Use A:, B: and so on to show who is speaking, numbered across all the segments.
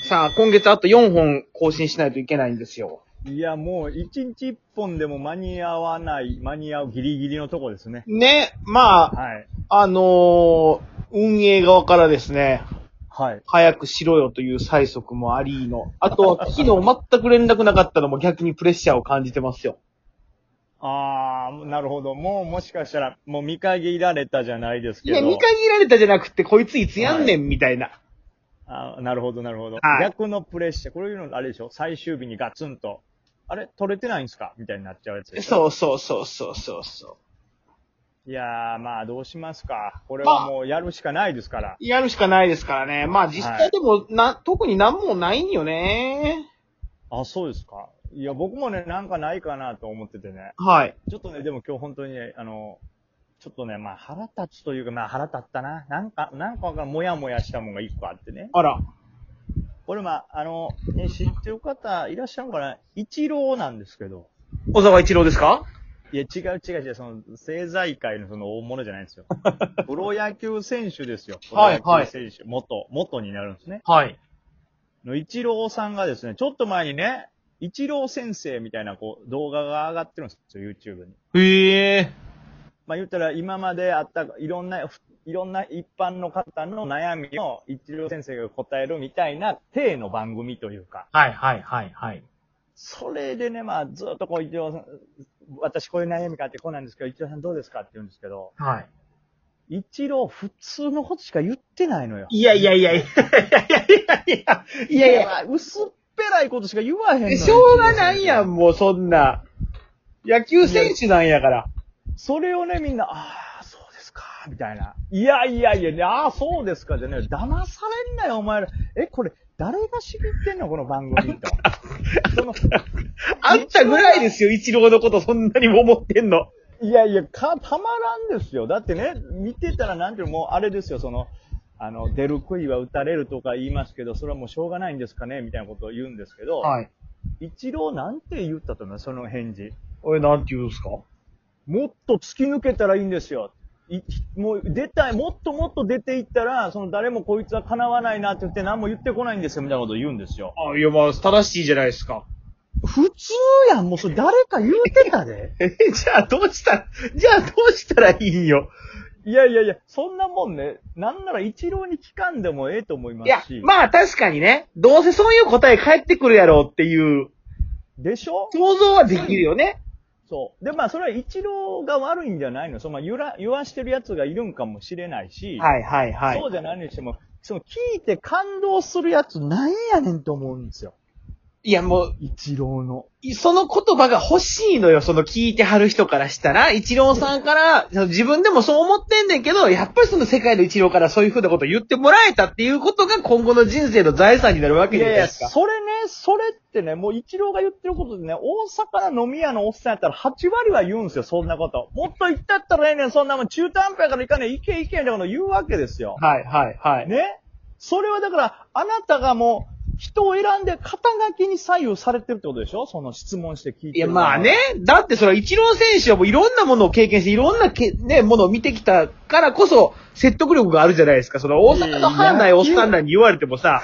A: さあ、今月あと4本更新しないといけないんですよ。
B: いや、もう、一日一本でも間に合わない、間に合うギリギリのとこですね。
A: ね、ま
B: はい。
A: あ、あのー運営側からですね、
B: はい。
A: 早くしろよという催促もありの。あとは、昨日全く連絡なかったのも逆にプレッシャーを感じてますよ。
B: あー、なるほど。もう、もしかしたら、もう見限られたじゃないです
A: い
B: けど。
A: や、見限られたじゃなくて、こいついつやんねん、みたいな。
B: あーなるほど、なるほど。
A: はい
B: 逆のプレッシャー。これいうの、あれでしょ最終日にガツンと。あれ取れてないんすかみたいになっちゃうやつでしょ
A: そうそうそうそうそうそう。
B: いやー、まあ、どうしますか。これはもう、やるしかないですから。
A: やるしかないですからね。まあ実際でも、な、特になんもないんよね。
B: あ、そうですか。いや、僕もね、なんかないかなと思っててね。
A: はい。
B: ちょっとね、でも今日本当にね、あの、ちょっとね、まあ腹立つというか、まあ腹立ったな。なんか、なんかがもやもやしたもんが一個あってね。
A: あら。
B: これまあ、あの、ね、知ってる方いらっしゃるのかな一郎なんですけど。
A: 小沢一郎ですか
B: いや、違う違う違う、その、政財界のその大物じゃないんです よ。プロ野球選手ですよ。プロ
A: はい
B: 野球選手。元、元になるんですね。
A: はい。
B: の一郎さんがですね、ちょっと前にね、一郎先生みたいなこう動画が上がってるんですよ、YouTube に。
A: へえ。
B: まあ言ったら今まであったいろんな、ふいろんな一般の方の悩みを一郎先生が答えるみたいな体の番組というか、
A: はいはいはいはい。
B: それでね、まあずっとこう一郎さん、私こういう悩みがあってこうなんですけど、一郎さんどうですかって言うんですけど、
A: はい。
B: 一郎普通のことしか言ってないのよ。
A: いやいやいやいやいやいやいやいや。
B: や、薄っぺらいことしか言わへんの
A: え
B: よ
A: しょうがないやん、。
B: 一郎先
A: もうそんな。野球選手なんやから。
B: 生それをね、みんな、ああ、そうですか、みたいな。いやいやいや、ああ、そうですか、じゃね、騙されんなよ、お前ら。え、これ、誰が知ってんの、この番組と。その、
A: あんたぐらいですよ、一郎のことそんなにも思ってんの。
B: いやいや、か、たまらんですよ。だってね、見てたらなんていうの、もうあれですよ、その、あの、出る杭は打たれるとか言いますけど、それはもうしょうがないんですかね、みたいなことを言うんですけど、
A: い。
B: 一郎なんて言ったと思うその返事。
A: え、なんて言うんですか
B: もっと突き抜けたらいいんですよ。いもう出たい、もっともっと出ていったら、その誰もこいつは叶わないなって言って何も言ってこないんですよ、みたいなことを言うんですよ。
A: あ、いやまあ、正しいじゃないですか。
B: 普通やん、もうそれ誰か言うてたで。
A: え、じゃあどうしたじゃあどうしたらいいんよ。
B: いやいやいや、そんなもんね、なんなら一郎に聞かんでもええと思いま
A: いや
B: すし。、
A: まあ確かにね、どうせそういう答え返ってくるやろうっていう
B: でしょ
A: 想像はできるよね。
B: そう。で、まあ、それは一郎が悪いんじゃないの。その、まあ、ゆら、言わしてるやつがいるんかもしれないし。
A: はいはいは
B: そうじゃないにしても、その、聞いて感動するやつなんやねんと思うんですよ。
A: い。いやもう、
B: 一郎の。
A: いその言葉が欲しいのよ、その聞いてはる人からしたら、一郎さんから、その自分でもそう思ってんねんけど、やっぱりその世界の一郎からそういうふうなことを言ってもらえたっていうことが今後の人生の財産になるわけ
B: い
A: じゃな
B: や
A: いで
B: いや、
A: すか。
B: それね、それってね、もう一郎が言ってることでね、大阪の飲み屋のおっさんやったら8割は言うんですよ、そんなこと。もっと行ったったらええねん、そんなもん。中途半端やから行かねえ、行け行けみたいなこと言うわけですよ。
A: はいはいはい。
B: ねそれはだから、あなたがもう、人を選んで肩書きに左右されてるってことでしょその質問して聞いてる。
A: いや、まあね。。だってそれは一郎選手はもういろんなものを経験して、いろんなけ、ね、ものを見てきたからこそ、説得力があるじゃないですか。その大阪の範内おっさんらに言われてもさ、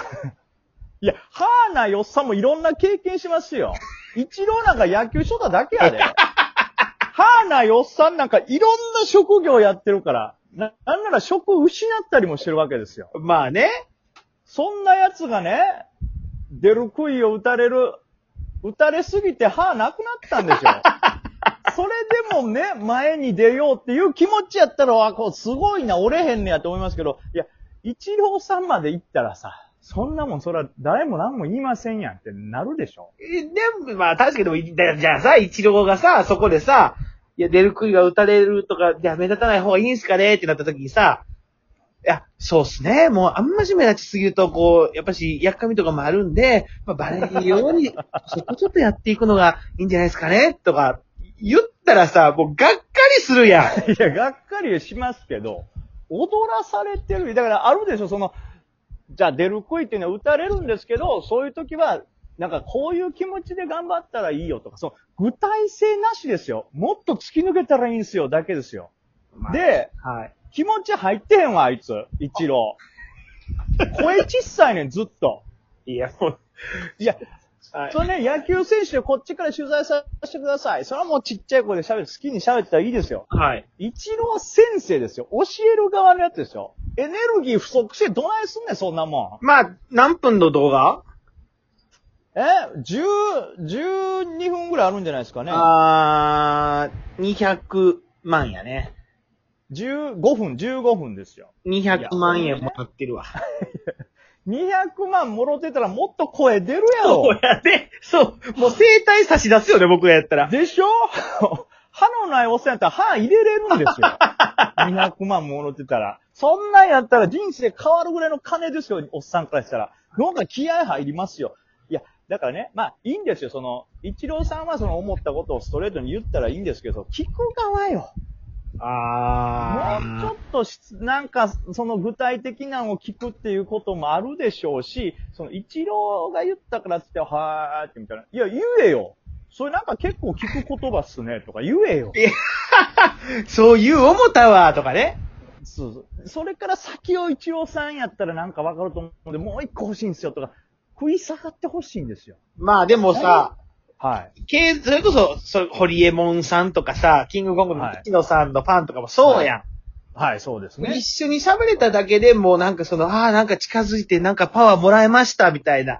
B: いや、はーないおっさんもいろんな経験しますよ。一郎なんか野球しとっただけやで。はーないおっさんなんかいろんな職業やってるから、な、なんなら職を失ったりもしてるわけですよ。
A: まあね。
B: そんな奴がね、出る杭を打たれる、打たれすぎて歯なくなったんでしょ。それでもね、前に出ようっていう気持ちやったら、あ、こう、すごいな、折れへんねやと思いますけど、いや、一郎さんまで行ったらさ、そんなもん、そら、誰も何も言いませんやんってなるでしょ。
A: えでも、まあ確かにでもいだ、じゃあさ、一郎がさ、そこでさ、いや、出る杭が打たれるとか、いや、目立たない方がいいんすかねってなった時にさ、いや、そうっすね。もう、あんまし目立ちすぎると、こう、やっぱし、やっかみとかもあるんで、まあ、バレるよう に、そこちょっとやっていくのがいいんじゃないですかねとか、言ったらさ、もう、がっかりするやん。
B: いや、がっかりしますけど、踊らされてる。だから、あるでしょ、その、じゃあ出る杭っていうのは打たれるんですけど、そういう時は、なんかこういう気持ちで頑張ったらいいよとか、その具体性なしですよ。もっと突き抜けたらいいんですよ、だけですよ。
A: まあ、
B: で、
A: はい。
B: 気持ち入ってへんわ、あいつ、一郎。声小さいねん、ずっと。
A: いや、もう、
B: いや、
A: はい
B: それね、野球選手でこっちから取材させてください。それはもうちっちゃい子で喋る、好きに喋ったらいいですよ。
A: はい。
B: 一郎先生ですよ。教える側のやつですよ。エネルギー不足してどないすんねん、そんなも
A: まあ、何分の動画、
B: ん。え ?10、12分ぐらいあるんじゃないですかね。
A: あー、200万やね。
B: 15分、15分ですよ。
A: 200万円もらってるわ。
B: 200万もろてたらもっと声出るやろ。
A: そう やで、そう、もう生体差し出すよね、僕がやったら。
B: でしょ 歯のないおっさんやったら歯入れれるんですよ。200万もろてたら。そんなんやったら人生変わるぐらいの金ですよ、おっさんからしたら。どんか気合入りますよ。いや、だからね、まあいいんですよ、その、一郎さんはその思ったことをストレートに言ったらいいんですけど、聞く側よ。
A: あ
B: もうちょっとしなんか、その具体的なのを聞くっていうこともあるでしょうし、その一郎が言ったからっつって、はーってみたいな。いや、言えよ。それなんか結構聞く言葉っすね、とか言えよ。
A: そういう思ったわ、とかね。
B: そうそう。それから先を一郎さんやったらなんかわかると思うんで、もう一個欲しいんですよ、とか、食い下がってほしいんですよ。
A: まあでもさ、
B: は
A: けそれこそ、そホリエモンさんとかさ、キングコングの西野さんのファンとかもそうやん。
B: い。はい、そうですね。
A: 一緒に喋れただけでもうなんかその、ああ、なんか近づいてなんかパワーもらえました、みたいな。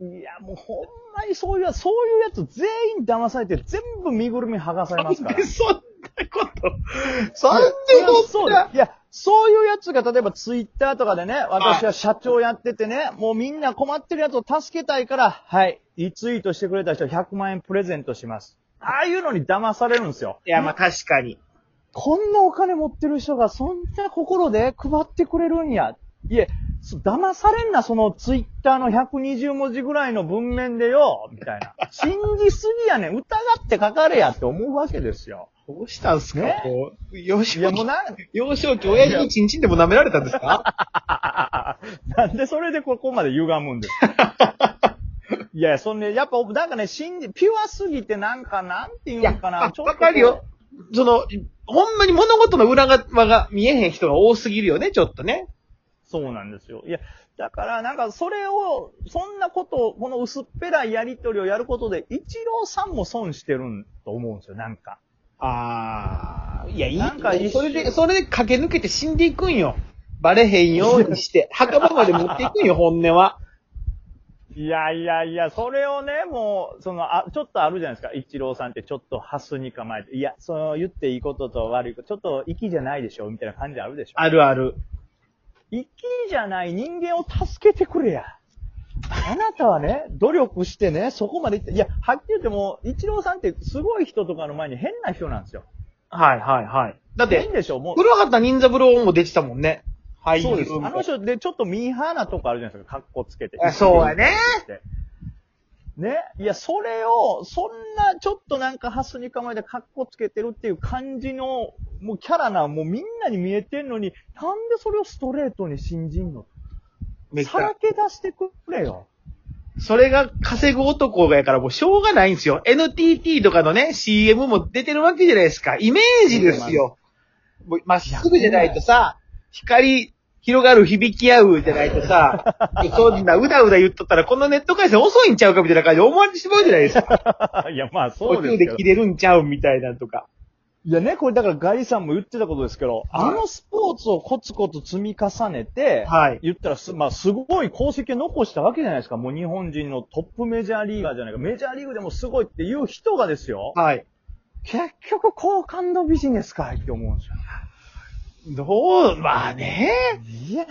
B: いや、もうほんまにそういうやつ、そういうやつ全員騙されて、全部身ぐるみ剥がされますから
A: で。 そんなこと。そんな
B: いや
A: こと
B: そうだいや、そういうやつが例えばツイッターとかでね、私は社長やっててね、もうみんな困ってるやつを助けたいから、はい、リツイートしてくれた人100万円プレゼントします。ああいうのに騙されるんですよ。
A: いや、まあ確かに。
B: こんなお金持ってる人がそんな心で配ってくれるんや。いえ、そ騙されんな、そのツイッターの120文字ぐらいの文面でよ、みた いな。信じすぎやねん、疑ってかかれやって思うわけですよ。
A: どうしたんすか、
B: ね
A: こう。幼
B: い
A: 少
B: や、もう
A: 期、
B: な、
A: 幼少期、親父にチンチンでも舐められたんですか
B: なんでそれでここまで歪むんですか いや、そんで、やっぱ、なんかね、信じ、ピュアすぎてなんか、なんて言うんか
A: いや
B: な、
A: あわかるよ。その、ほんまに物事の裏側が見えへん人が多すぎるよね、ちょっとね。
B: そうなんですよ。いや、だから、なんか、それを、そんなことを、この薄っぺらいやりとりをやることで、一郎さんも損してるんと思うんですよ、なんか。
A: ああ、いや、いい。
B: なんか一緒
A: それで、それで駆け抜けて死んでいくんよ。バレへんように して、墓場まで持っていくんよ、本音は。
B: いやいやいや、それをね、もう、その、あ、ちょっとあるじゃないですか。一郎さんってちょっとハスに構えて、いや、その、言っていいことと悪いこと、ちょっと息じゃないでしょ、みたいな感じあるでしょ。
A: あるある。
B: 生きじゃない人間を助けてくれや。あなたはね、努力してね、そこまで行って、いや、はっきり言ってもう、一郎さんってすごい人とかの前に変な人なんですよ。
A: はいはいはい。だっ
B: 変
A: て、
B: でしょもう、
A: 黒畑任三郎も出てたもんね。俳優
B: そうです。
A: みた
B: あ
A: いな
B: の人でちょっとミーハーなとこあるじゃないですか、格好つけて。
A: あそうやね。
B: ね。いや、それを、そんな、ちょっとなんかハスに構えて格好つけてるっていう感じの、もうキャラな、もうみんなに見えてんのに、なんでそれをストレートに信じんの
A: めっち
B: さら
A: ゃ。
B: け出してくれよ。
A: それが稼ぐ男がやからもうしょうがないんですよ。NTT とかのね、CM も出てるわけじゃないですか。イメージですよ。もうまっすぐじゃないとさ、光広がる響き合うじゃないと さ、そんなうだうだ言っとったらこのネット回線遅いんちゃうかみたいな感じで思われてしまうじ ゃないですか。
B: いや、まあそ
A: 途
B: うです
A: 中
B: け
A: で
B: ど。
A: 切れるんちゃうみたいなのとか。
B: いやね、これだからガリさんも言ってたことですけど、あのスポーツをコツコツ積み重ねて、
A: はい
B: 言ったらす、まあすごい功績を残したわけじゃないですか。もう日本人のトップメジャーリーガーじゃないか。メジャーリーグでもすごいっていう人がですよ。
A: はい。
B: 結局好感度ビジネスかいって思うんですよ。
A: どう、まあね。
B: いや、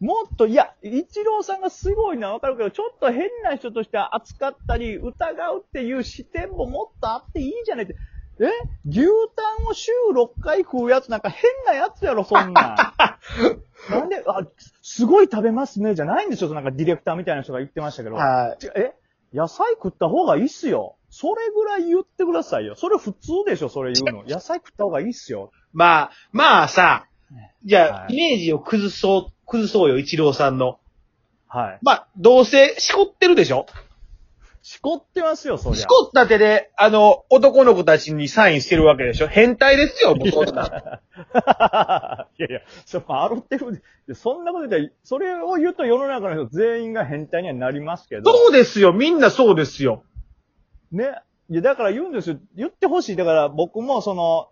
B: もっと、いや、一郎さんがすごいのはわかるけど、ちょっと変な人として扱ったり、疑うっていう視点ももっとあっていいじゃないって。え牛タンを週6回食うやつなんか変なやつやろ、そん なん。なんで、あ、すごい食べますね、じゃないんですよ。そのなんかディレクターみたいな人が言ってましたけど。
A: は
B: 違うえ野菜食った方がいいっすよ。それぐらい言ってくださいよ。それ普通でしょ、それ言うの。野菜食った方 がいいっすよ。
A: い。まあ、まあさ、じゃあ、
B: はい
A: イメージを崩そう、崩そうよ、一郎さんの。
B: はい。
A: まあ、どうせ、しこってるでしょ
B: しこってますよ、そりゃ。
A: しこった手で、あの、男の子たちにサインしてるわけでしょ変態ですよ、もう そんな。
B: いやいや、そこアロテフで、そんなこと言ったら、それを言うと世の中の人全員が変態にはなりますけど、
A: そうですよ、みんなそうですよ。
B: ね。いや、だから言うんですよ。言ってほしい。だから僕もその、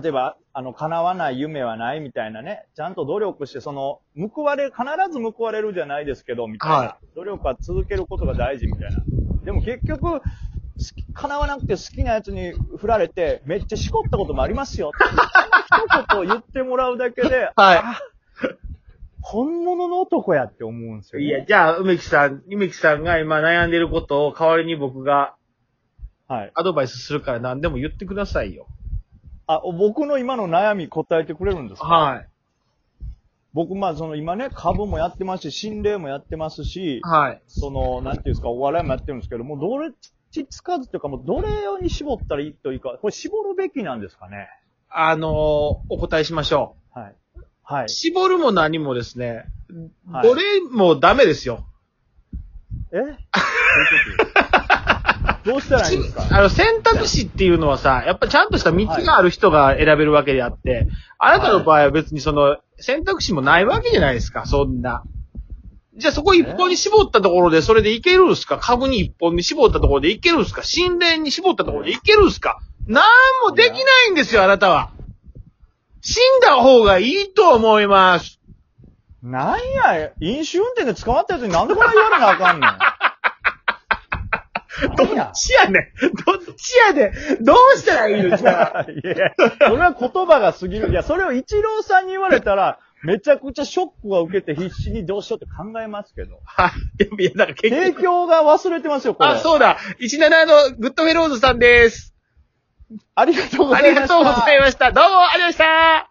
B: 例えば、あの、叶わない夢はないみたいなね、ちゃんと努力して、その、報われ、必ず報われるじゃないですけど、みたいな。
A: は
B: 努力は続けることが大事みたいな。でも結局、好き叶わなくて好きなやつに振られて、めっちゃしこったこともありますよ。 一言言ってもらうだけで、
A: はい
B: あ本物の男やって思うんですよ、ね。
A: いや、じゃあ、梅木さん、梅木さんが今悩んでることを代わりに僕が
B: はい。
A: アドバイスするから何でも言ってくださいよ。
B: あ、僕の今の悩み答えてくれるんですか
A: はい。
B: 僕、まあ、その今ね、株もやってますし、心霊もやってますし、
A: はい。
B: その、なんていうんですか、お笑いもやってるんですけど、もうどれ、ちつかずというか、もうどれに絞ったらいいというか、これ絞るべきなんですかね。
A: あのーお答えしましょ。。
B: はい。はいう
A: 絞るも何もですね、
B: はい
A: どれもダメですよ。
B: え どういうことどうしたらいいんですか
A: あの、選択肢っていうのはさ、やっぱちゃんとした道がある人が選べるわけであって、あなたの場合は別にその、選択肢もないわけじゃないですか、そんな。じゃあそこ一本に絞ったところでそれでいけるんすか株に一本に絞ったところでいけるんすか心霊に絞ったところでいけるんすかなんもできないんですよ、あなたは。死んだ方がいいと思います。
B: なんや、飲酒運転で捕まったやつになんでこんな言わなあかんの
A: ど
B: なんや
A: っちやねんどっちやねんどうしたら いいのじゃあ。
B: いや、それは言葉が過ぎる。いや、それを一郎さんに言われたら、めちゃくちゃショックを受けて必死にどうしようって考えますけど。
A: はい。でもいや、なんか結
B: 提
A: 局。
B: 供が忘れてますよ、これ。
A: あ、そうだ。17のグッドフェローズさんです。
B: ありがとう
A: あ
B: ござい
A: り
B: ま
A: が
B: した。
A: とうございました。どうも、ありがとうございました。